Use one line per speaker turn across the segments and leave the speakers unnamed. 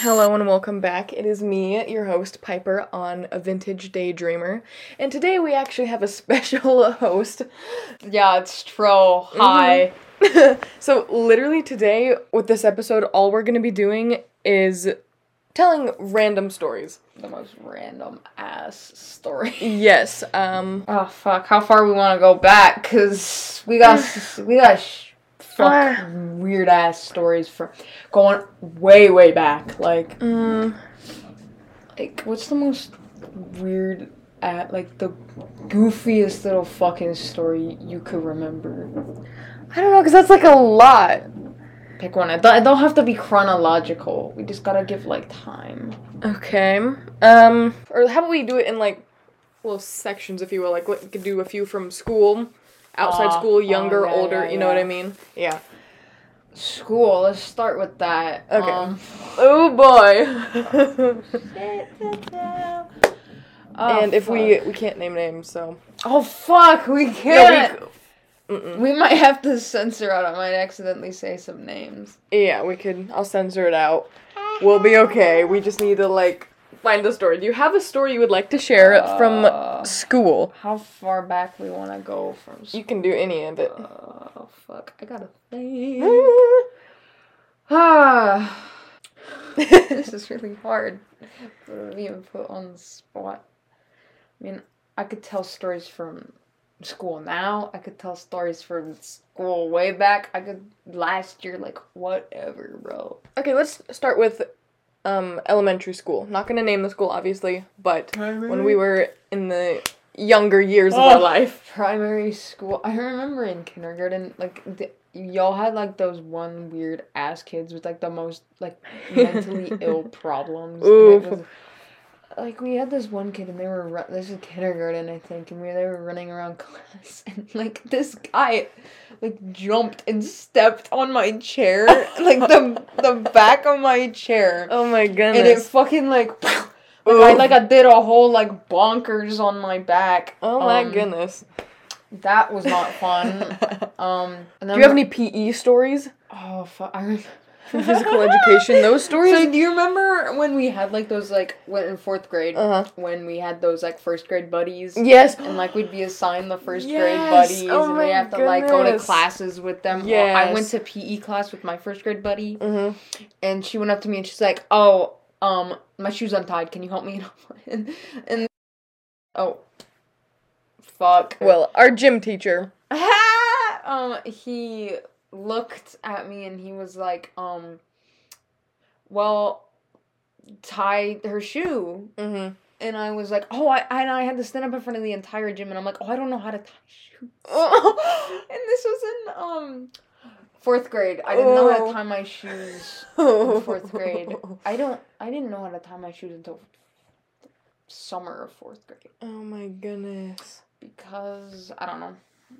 Hello and welcome back. It is me, your host, Piper, on A Vintage Daydreamer. And today we actually have a special host.
Yeah, it's Tro. Hi.
So, literally today, with this episode, all we're going to be doing is telling random stories.
The most random ass story.
Yes, um,
Oh fuck! How far we want to go back? Cause we got s- we got sh- fuck
Far.
weird ass stories from going way way back. Like
mm,
like what's the most weird at like the goofiest little fucking story you could remember?
I don't know, because that's like a lot.
Pick one. It don't, it don't have to be chronological. We just gotta give like time.
Okay. Um, or how about we do it in like little sections, if you will? Like, we could do a few from school, outside
Aw,
school,
oh,
younger,
yeah,
older,
yeah,
you know what
yeah.
I mean? Yeah.
School. Let's start with that.
Okay.
Um,
Oh boy.
Oh,
and if
fuck.
we we can't name names, so
oh fuck we
yeah,
can't
we, mm-mm.
we, might have to censor out I might accidentally say some names
yeah, we could. I'll censor it out. We'll be okay. We just need to like find a story. Do you have a story you would like to share
Uh,
from school?
how far back we want to go from
You can do any of it.
oh fuck I gotta think ah this is really hard for being put on the spot I mean I could tell stories from school now I could tell stories from school way back I could last year like whatever bro
okay, let's start with um elementary school. Not gonna name the school obviously, but when we were in the younger years of our
Oh.
life.
primary school i remember in kindergarten like the, y'all had like those one weird ass kids with like the most like mentally ill problems and it
Oof.
was- like we had this one kid and they were ru- this is kindergarten i think and we they were running around class and like this guy like jumped and stepped on my chair like the the back of my chair
Oh my
and it
goodness.
fucking like like I
Oof.
like I did a whole like bonkers on my back.
Oh my
Um,
goodness.
that was not
do
fun. Um, and
you have any PE stories
Oh fuck! I remember
from physical education? Those stories
So do you remember when we had like those like when in fourth grade
Uh-huh.
when we had those like first grade buddies
Yes.
and like we'd be assigned the first grade
Yes.
buddies
Oh
and
my
we have to like go to
goodness.
classes with them. Well, I went
Yes.
to PE class with my first grade buddy
Mhm.
and she went up to me and she's like, "Oh, um, my shoe's untied. Can you help me?" and, and oh, fuck.
Well, our gym teacher.
um, he looked at me and he was like, um, well, tie her shoe.
Mm-hmm.
And I was like, oh, I and I had to stand up in front of the entire gym, and I'm like, oh, I don't know how to tie shoes. and this was in um fourth grade. I didn't know how
Oh.
to tie my shoes
Oh.
in fourth grade. I don't. I didn't know how to tie my shoes until summer of fourth grade
Oh my goodness.
because I don't know.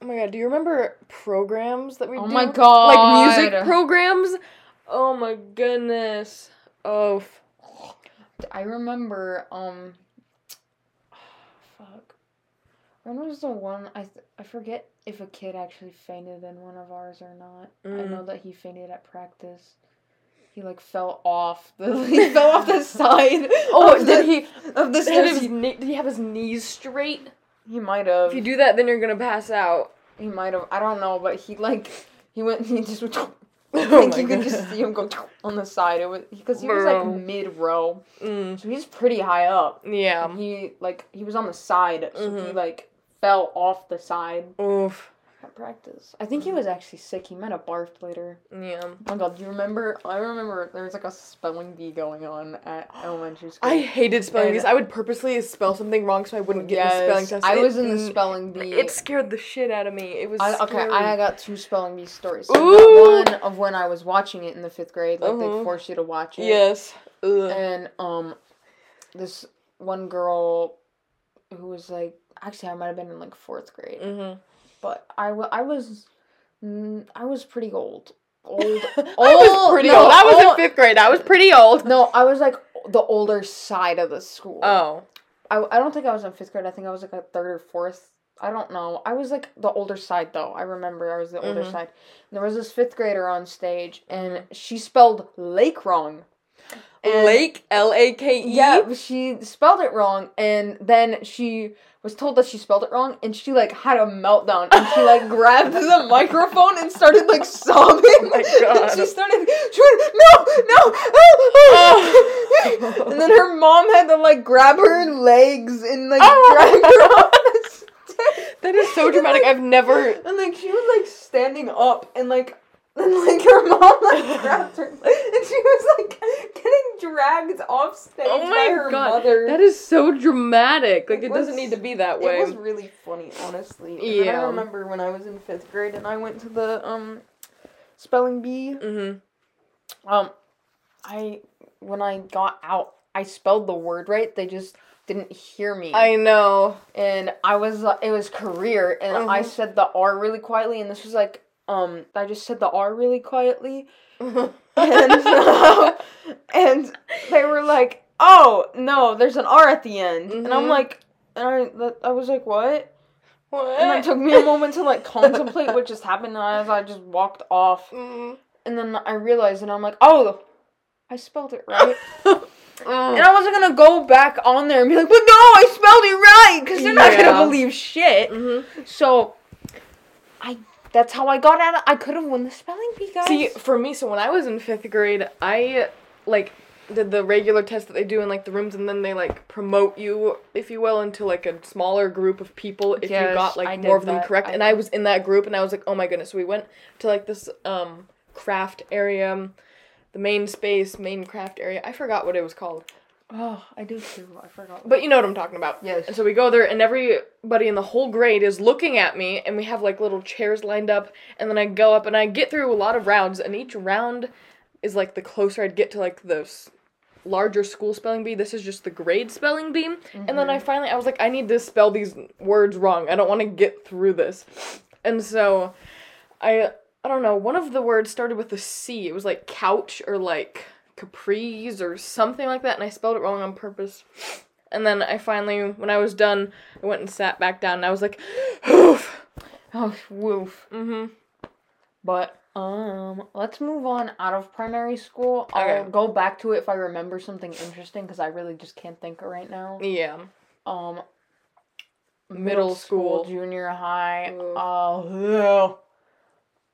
Oh my god. Do you remember programs that we?
Oh
do?
my god!
Like music programs. Oh my goodness. Oh. f-
I remember, um, fuck. When was the one? I th- I forget if a kid actually fainted in one of ours or not. I
Mm.
know that he fainted at practice. He like fell off the he fell off the side.
Oh,
of
did
the,
he?
of the
Did he have
stairs?
his
He,
knee, did he have his knees straight?
he might have.
If you do that, then you're gonna pass out.
He might have. I don't know, but he like he went. He just went.
Oh
like
my
you could just
God.
see him go on the side. It was because he was like
Bro.
mid row,
Mm,
so he's pretty high up.
yeah.
he like he was on the side, so he
Mhm.
like fell off the side
Oof.
at practice. I think
Mm-hmm.
he was actually sick. He might have barfed later.
Yeah.
Oh my god, do you remember? I remember there was like a spelling bee going on at elementary school.
I hated spelling
And-
bees. I would purposely spell something wrong so I wouldn't get the spelling
Yes,
test.
I
It-
was in the
mm,
spelling bee.
It scared the shit out of me. It was
I, okay,
scary.
I got two spelling bee stories. So
Ooh.
One of when I was watching it in the fifth grade, like
Uh-huh.
they forced you to watch it.
yes. Ugh.
and um this one girl who was like actually i might have been in like fourth grade
Mhm.
but i, wa- I was mm, i was pretty old old
I was
old-
pretty
no,
old. Oh, I was
old-
in fifth grade. I was pretty old.
no i was like the older side of the school
Oh.
I, I don't think i was in fifth grade i think i was like a third or fourth i don't know i was like the older side though i remember i was the older
Mhm.
side there was this fifth grader on stage and she spelled lake wrong And-
Lake L A K E.
Yeah, but she spelled it wrong, and then she was told that she spelled it wrong, and she like had a meltdown, and she like grabbed the microphone and started like sobbing.
Oh my God.
And she started, she went, no, no, ah, ah." and then her mom had to like grab her legs and like
Oh.
drag her on the stairs.
That is so dramatic. I've never.
And like she was like standing up, and like. And like her mom like grabbed her, and she was like getting dragged off stage
Oh my
by her
god.
mother.
That is so dramatic. Like it,
It
doesn't
was-
need to be that
It
way.
was really funny, honestly. And then
Yeah.
I remember when I was in fifth grade and I went to the um spelling bee.
mm-hmm.
Um, I when I got out, I spelled the word right. They just didn't hear me,
I know.
and I was uh, it was career, and I
Mhm.
said the R really quietly, and this was like um I just said the R really quietly, and
uh,
um, and they were like, oh no, there's an R at the end, and I'm
Mhm.
like, and I that- I was like, what?
What?
And it took me a moment to like contemplate what just happened, and as I just walked off,
Mm.
and then I realized, and I'm like, oh, I spelled it right.
Mm.
and I wasn't gonna go back on there and be like, but no, I spelled it right, because they're not
Yeah.
gonna believe shit.
Mhm.
So, I that's how I got out. of I could have won the spelling bee, guys.
See, for me, so when I was in fifth grade, I like did the regular test that they do in like the rooms, and then they like promote you, if you will, into like a smaller group of people if you
Yes,
got like
I
more
did
of them
that.
correct.
I
and I
did.
was in that group, and I was like, oh my goodness. So we went to like this um craft area, the main space, main craft area. I forgot what it was called,
oh, I do too. I forgot.
but you know what I'm talking about.
yes,
And so we go there, and everybody in the whole grade is looking at me, and we have like little chairs lined up. And then I go up, and I get through a lot of rounds, and each round is like the closer I'd get to like the s- larger school spelling bee. This is just the grade spelling bee. And then I finally, I was like, I need to spell these words wrong. I don't want to get through this. And so I, I don't know, one of the words started with a C. It was like couch or like capris or something like that, and I spelled it wrong on purpose. And then I finally, when I was done, I went and sat back down, and I was like, "Oof."
oh woof.
Mhm.
But um, let's move on out of primary school. I'll
Okay.
go back to it if I remember something interesting because I really just can't think right now.
Yeah.
Um,
Middle school.
junior high.
Oof.
Oh, ugh,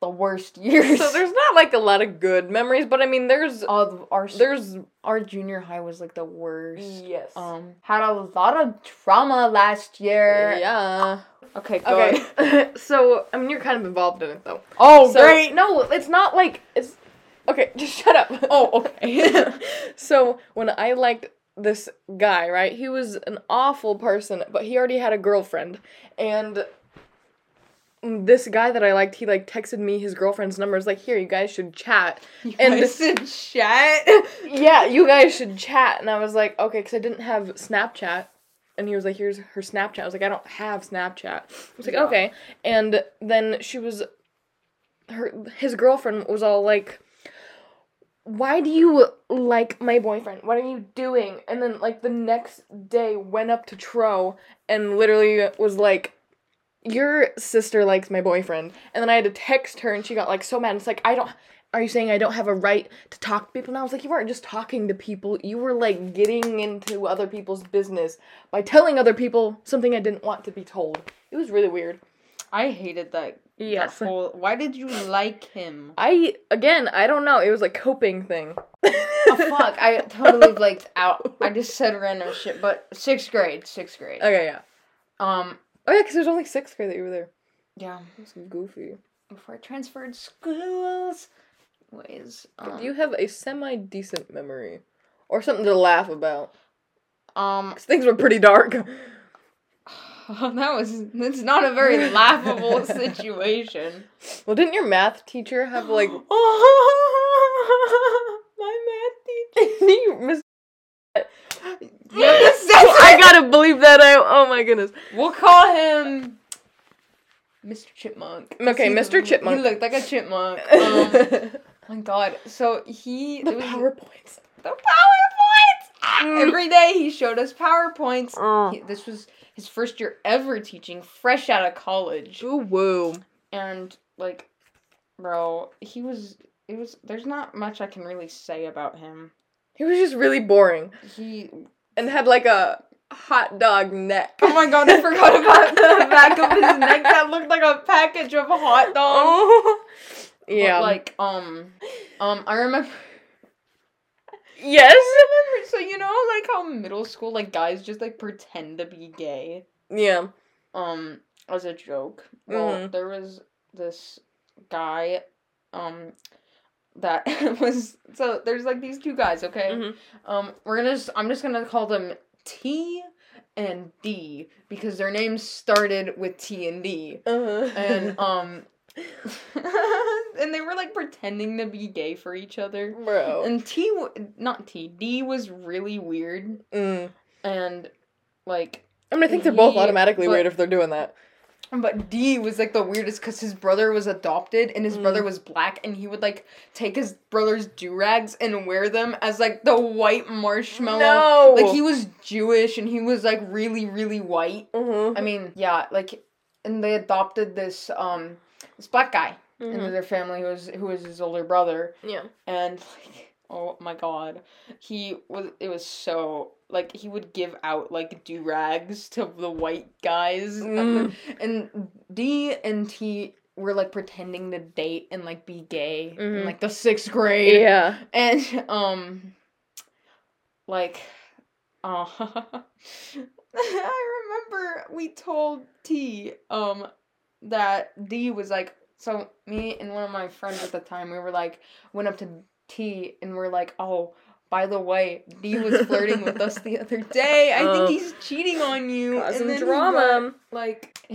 the worst years.
So there's not like a lot of good memories, but I mean, there's
of Uh, our s-
there's
our junior high was like the worst.
yes.
Um, had a lot of trauma last year.
yeah.
Okay. Go okay.
Okay. so I mean, you're kind of involved in it though.
Oh
so,
great.
No, it's not like it's. Okay, just shut up.
Oh okay.
so when I liked this guy, right? He was an awful person, but he already had a girlfriend, and this guy that I liked, he like texted me his girlfriend's number. Is like, here, you guys should chat.
and
And-
this is chat.
Yeah, you guys should chat. And I was like, okay, because I didn't have Snapchat. And he was like, here's her Snapchat. I was like, I don't have Snapchat. I was like,
Yeah.
okay. And then she was, her his girlfriend was all like, why do you like my boyfriend? What are you doing? And then like the next day went up to Tro and literally was like, your sister likes my boyfriend. And then I had to text her and she got like so mad. It's like, I don't are you saying I don't have a right to talk to people? And I was like, you weren't just talking to people. You were like getting into other people's business by telling other people something I didn't want to be told. It was really weird.
I hated that.
Yes.
Whole, why did you like him?
I again, I don't know. It was a coping thing.
oh, fuck, I totally blanked out. I just said random shit, but sixth grade, sixth grade.
Okay, yeah.
Um,
Oh yeah, because there's only sixth grade that you were there.
yeah.
It was goofy.
Before I transferred schools, ways. Um,
You have a semi decent memory, or something to laugh about.
um,
'Cause things were pretty dark.
that was. It's not a very laughable situation.
Well, didn't your math teacher have like?
my
you mis-
math teacher. Yes, that's
Oh, I
it.
gotta believe that out. Oh my goodness.
We'll call him Mr. Chipmunk. 'cause
Okay,
he-
Mr. Chipmunk.
He looked like a chipmunk. Um, my god. So he
the
it was-
PowerPoints.
the PowerPoints. Ah,
Mm.
Every day he showed us PowerPoints.
Oh.
He- this was his first year ever teaching, fresh out of college,
Ooh, woo.
and like, bro, he was. It was. There's not much I can really say about him.
He was just really boring
He.
and had like a hot dog neck.
Oh my god, I forgot about the back of his neck that looked like a package of hot dogs.
Oh.
But,
Yeah.
like, um, um, I remember.
yes.
remember. So you know, like how middle school, like guys just like pretend to be gay,
Yeah.
um, as a joke. Well,
Mhm.
there was this guy, um, that was so. There's like these two guys. Okay,
Mhm.
um, we're gonna. Just, I'm just gonna call them T and D because their names started with T and D,
Uh-huh.
and um, and they were like pretending to be gay for each other.
bro.
And T, w- not T, D was really weird.
Mm.
And, like,
I mean, I think they're both
Yeah,
automatically
but-
weird if they're doing that.
but D was, like, the weirdest because his brother was adopted and his
Mm.
brother was black. And he would, like, take his brother's do rags and wear them as, like, the white marshmallow.
No.
Like, he was Jewish and he was, like, really, really white.
Mhm.
I mean, yeah, like, and they adopted this, um, this black guy into
Mhm.
their family who was, who was his older brother.
Yeah.
and like oh my god he was it was so like he would give out like do rags to the white guys
Mm.
and d and t were like pretending to date and like be gay in
Mhm.
like the sixth grade
Yeah.
and um like uh I remember we told T um that D was like so me and one of my friends at the time we were like went up to T and we're like oh by the way D was flirting with us the other day I
Oh.
think he's cheating on you
Causing
then he
drama.
got, like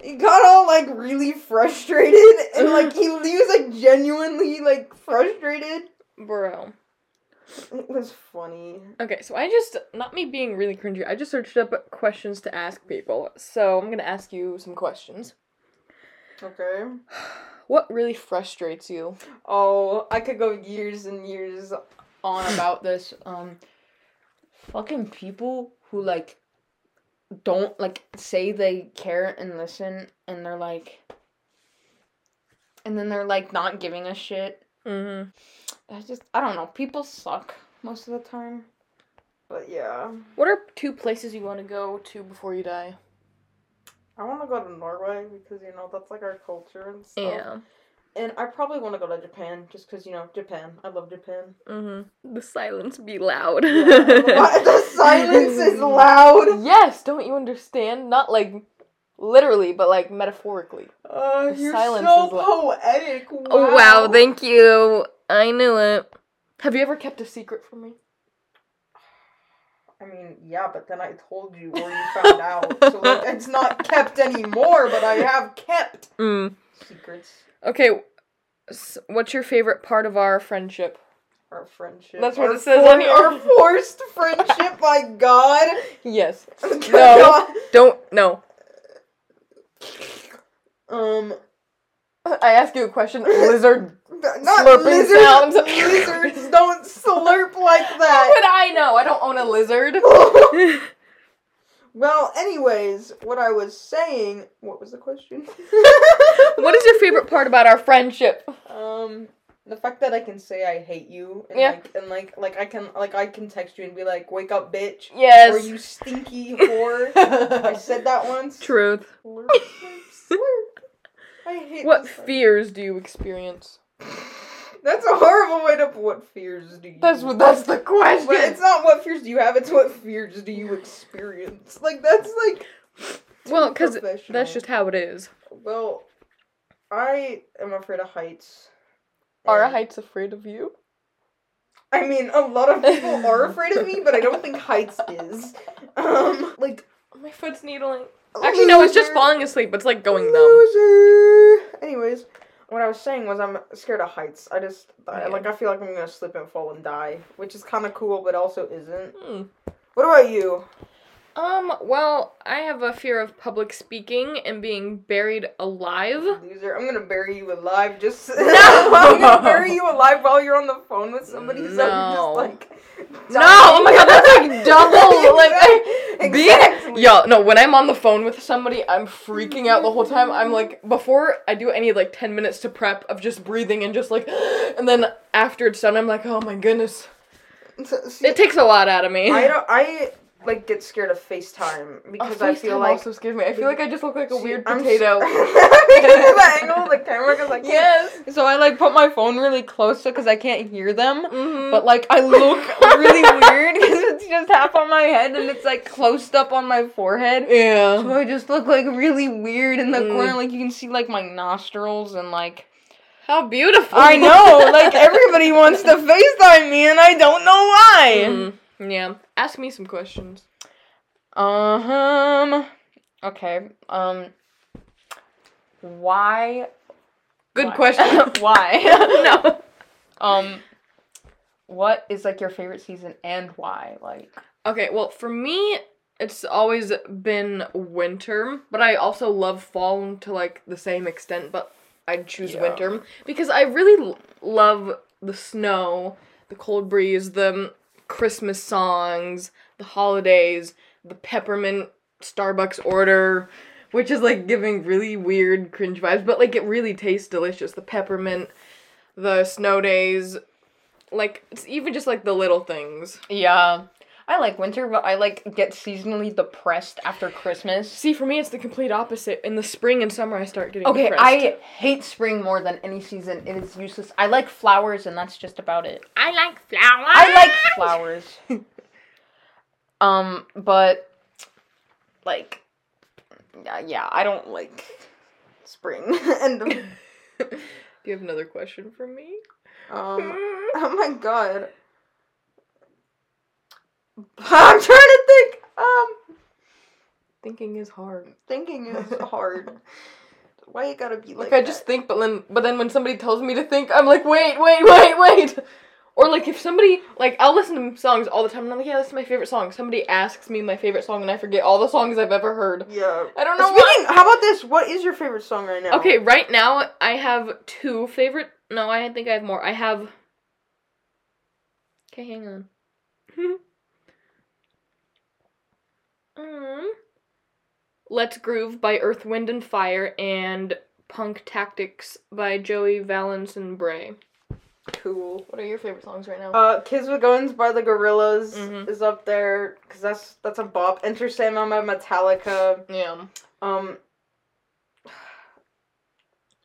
he got all like really frustrated and like he, he was like genuinely like frustrated
Bro.
it was funny
Okay, so I just, not me being really cringy, I just searched up questions to ask people. So I'm gonna ask you some questions.
okay
What really frustrates you?
oh i could go years and years on about this um fucking people who like don't like say they care and listen and they're like and then they're like not giving a shit
Mm-hmm.
I just I don't know. People suck most of the time. But yeah,
What are two places you want to go to before you die?
I want to go to Norway because you know that's like our culture and stuff.
Oh.
And I probably want to go to Japan just because you know Japan. I love Japan.
Mm-hmm. The silence be loud.
the silence is loud.
yes, don't you understand? Not like literally, but like metaphorically.
Oh,
The
you're
silence
so
is lo-
poetic. Oh, Wow.
Oh, thank you. I knew it. Have you ever kept a secret from me?
I mean, yeah, but then I told you or you found out, so like it's not kept anymore. But I have kept
Mm.
secrets.
Okay. s- What's your favorite part of our friendship?
Our friendship.
That's what
Our
it says on here.
Our forced friendship, my god.
Yes. No. Don't. No.
Um,
I asked you a question. Lizard.
not
Slurping
lizards.
sounds.
Lizards don't slurp like
How
that.
would I know? I don't own a lizard.
well, anyways, what I was saying. What was the question?
what is your favorite part about our friendship?
Um, the fact that I can say I hate you, and
Yeah.
like, and like, like I can, like I can text you and be like, "Wake up, bitch," or
Yes.
"You stinky whore." I said that once.
Truth.
Slurp, slurp, slurp. I hate
What
this.
fears do you experience?
That's a horrible way to put what fears do you
That's what. That's the question.
But it's not what fears do you have, it's what fears do you experience. Like that's like
well, because
professional.
that's just how it is.
Well I am afraid of heights.
Are
And-
heights afraid of you?
I mean a lot of people are afraid of me, but I don't think heights is. Um like
My foot's needling. Actually, no. It's just
loser.
falling asleep. It's like going numb.
Loser. Anyways, what I was saying was I'm scared of heights. I just I,
Yeah.
like I feel like I'm gonna slip and fall and die, which is kind of cool, but also isn't.
Hmm.
What about you?
Um. Well, I have a fear of public speaking and being buried alive.
Loser, I'm gonna bury you alive. Just no,
No!
I'm gonna bury you alive while you're on the phone with somebody. So
No.
you're just like
No! Oh my god, that's like double. Like I,
like
being yo, no. When I'm on the phone with somebody, I'm freaking out the whole time. I'm like, before I do, I need like ten minutes to prep of just breathing and just like, and then after it's done, I'm like, oh my goodness.
So, see,
It takes a lot out of me. Oh,
I don't. I like get scared of
Oh,
FaceTime because I feel like
also scares me. I feel like I just look like a
See,
weird
I'm s-
potato.
because of the angle of the camera, because I can't.
yes.
So I like put my phone really close because I can't hear them.
Mhm.
But like I look really weird because it's just half on my head and it's like closed up on my forehead. So
yeah.
I just look like really weird in the
Mm.
corner. Like you can see like my nostrils and like
How beautiful.
I know. Like everybody wants to FaceTime me and I don't know why.
Mhm. Yeah. Ask me some questions.
Mm-hmm. Um. Okay. Um. Why?
Good
why-
question.
why?
no.
Um. What is like your favorite season and why? Like.
Okay, well, for me, it's always been winter, but I also love fall to like the same extent, but I'd choose
Yeah.
winter because I really l- love the snow, the cold breeze, the Christmas songs, the holidays, the peppermint Starbucks order, which is like giving really weird cringe vibes, but like it really tastes delicious. The peppermint, the snow days, like it's even just like the little things.
Yeah. I like winter, but I like get seasonally depressed after Christmas.
See, for me, it's the complete opposite. In the spring and summer, I start getting
Okay,
depressed.
I hate spring more than any season. It is useless. I like flowers, and that's just about it.
I like flowers.
I like flowers. um, but like, yeah, yeah, I don't like spring.
and um,
Do you have another question for me?
um,
Mm.
oh my god, I'm trying to think. Um,
Thinking is hard.
thinking is hard. Why you gotta be like?
Like, I just think, but then, but then when somebody tells me to think, I'm like, wait, wait, wait, wait. Or like if somebody like I'll listen to songs all the time and I'm like, yeah, this is my favorite song. Somebody asks me my favorite song and I forget all the songs I've ever heard.
that? yeah.
I don't know why.
Speaking, how about this? What is your favorite song right now?
Okay, right now I have two favorite. No, I think I have more. I have. Okay, hang on. um, Let's Groove by Earth, Wind, and Fire and Punk Tactics by Joey Valence and Bray.
cool.
What are your favorite songs right now?
Uh, Kids with Guns by the Gorillas
Mhm.
is up there because that's that's a bop. Enter Sandman by Metallica.
yeah.
Um,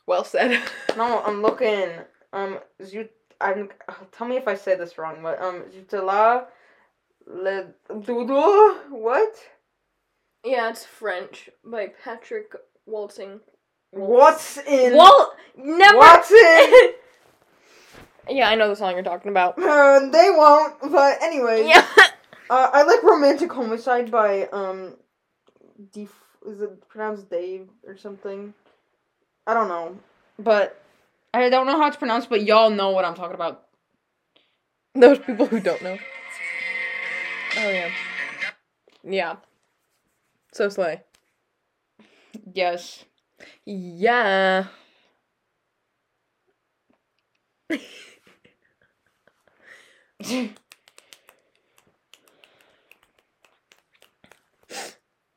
Well said.
No, I'm looking. Um, Zut. I'm. Tell me if I say this wrong, but um, Zutala, le Dodo. What?
yeah, it's French by Patrick Waltzing.
What's in?
Walt never.
What's in?
yeah, I know the song you're talking about.
Uh, they won't. But anyway.
Yeah.
Uh, I like Romantic Homicide by um, Def. Is it pronounced Dave or something? I don't know.
but I don't know how it's pronounced, but y'all know what I'm talking about.
Those people who don't know. Oh yeah. Yeah. So slay.
Yes.
Yeah.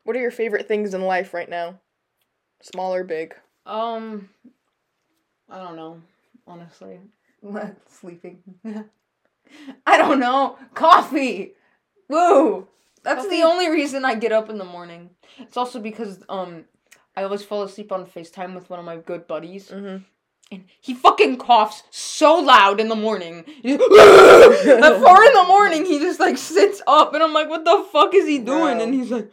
What are your favorite things in life right now? Small or big?
um, I don't know. Honestly, sleeping. I don't know. Coffee. Woo. That's
Coffee?
the only reason I get up in the morning. It's also because um, I always fall asleep on Facetime with one of my good buddies.
Mm-hmm.
And he fucking coughs so loud in the morning. He's at four in the morning, he just like sits up, and I'm like, "What the fuck is he doing?"
Wow.
And he's like,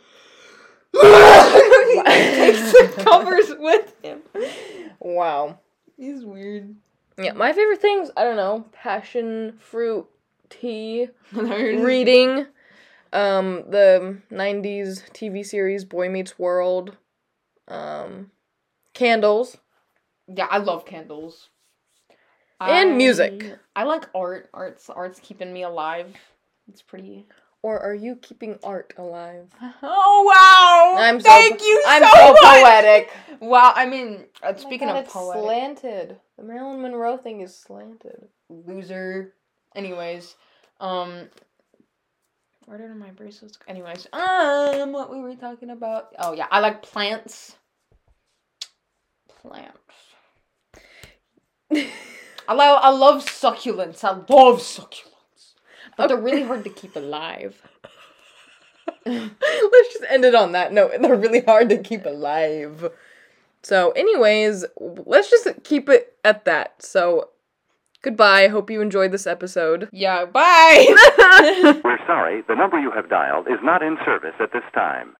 he takes the covers with him.
Wow.
He's weird.
Yeah, my favorite things, I don't know, passion fruit tea.
Read.
reading um the 90s TV series Boy Meets World um candles
Yeah, I love candles.
And music.
I like art. Art's art's keeping me alive. It's pretty.
or are you keeping art alive?
Oh wow!
I'm so
Thank
po-
you
I'm
so,
so Oh
much.
poetic.
Wow, I mean, uh, speaking of poetic,
slanted. The Marilyn Monroe thing is slanted.
loser. Anyways, um, where did my bracelets? go? Anyways, um, what we were talking about? Oh yeah, I like plants. Plants. I love I love succulents. I love succulents. But they're really hard to keep alive.
Let's just end it on that note. They're really hard to keep alive. So, anyways, let's just keep it at that. So, goodbye. Hope you enjoyed this episode.
Yeah, bye!
We're sorry, the number you have dialed is not in service at this time.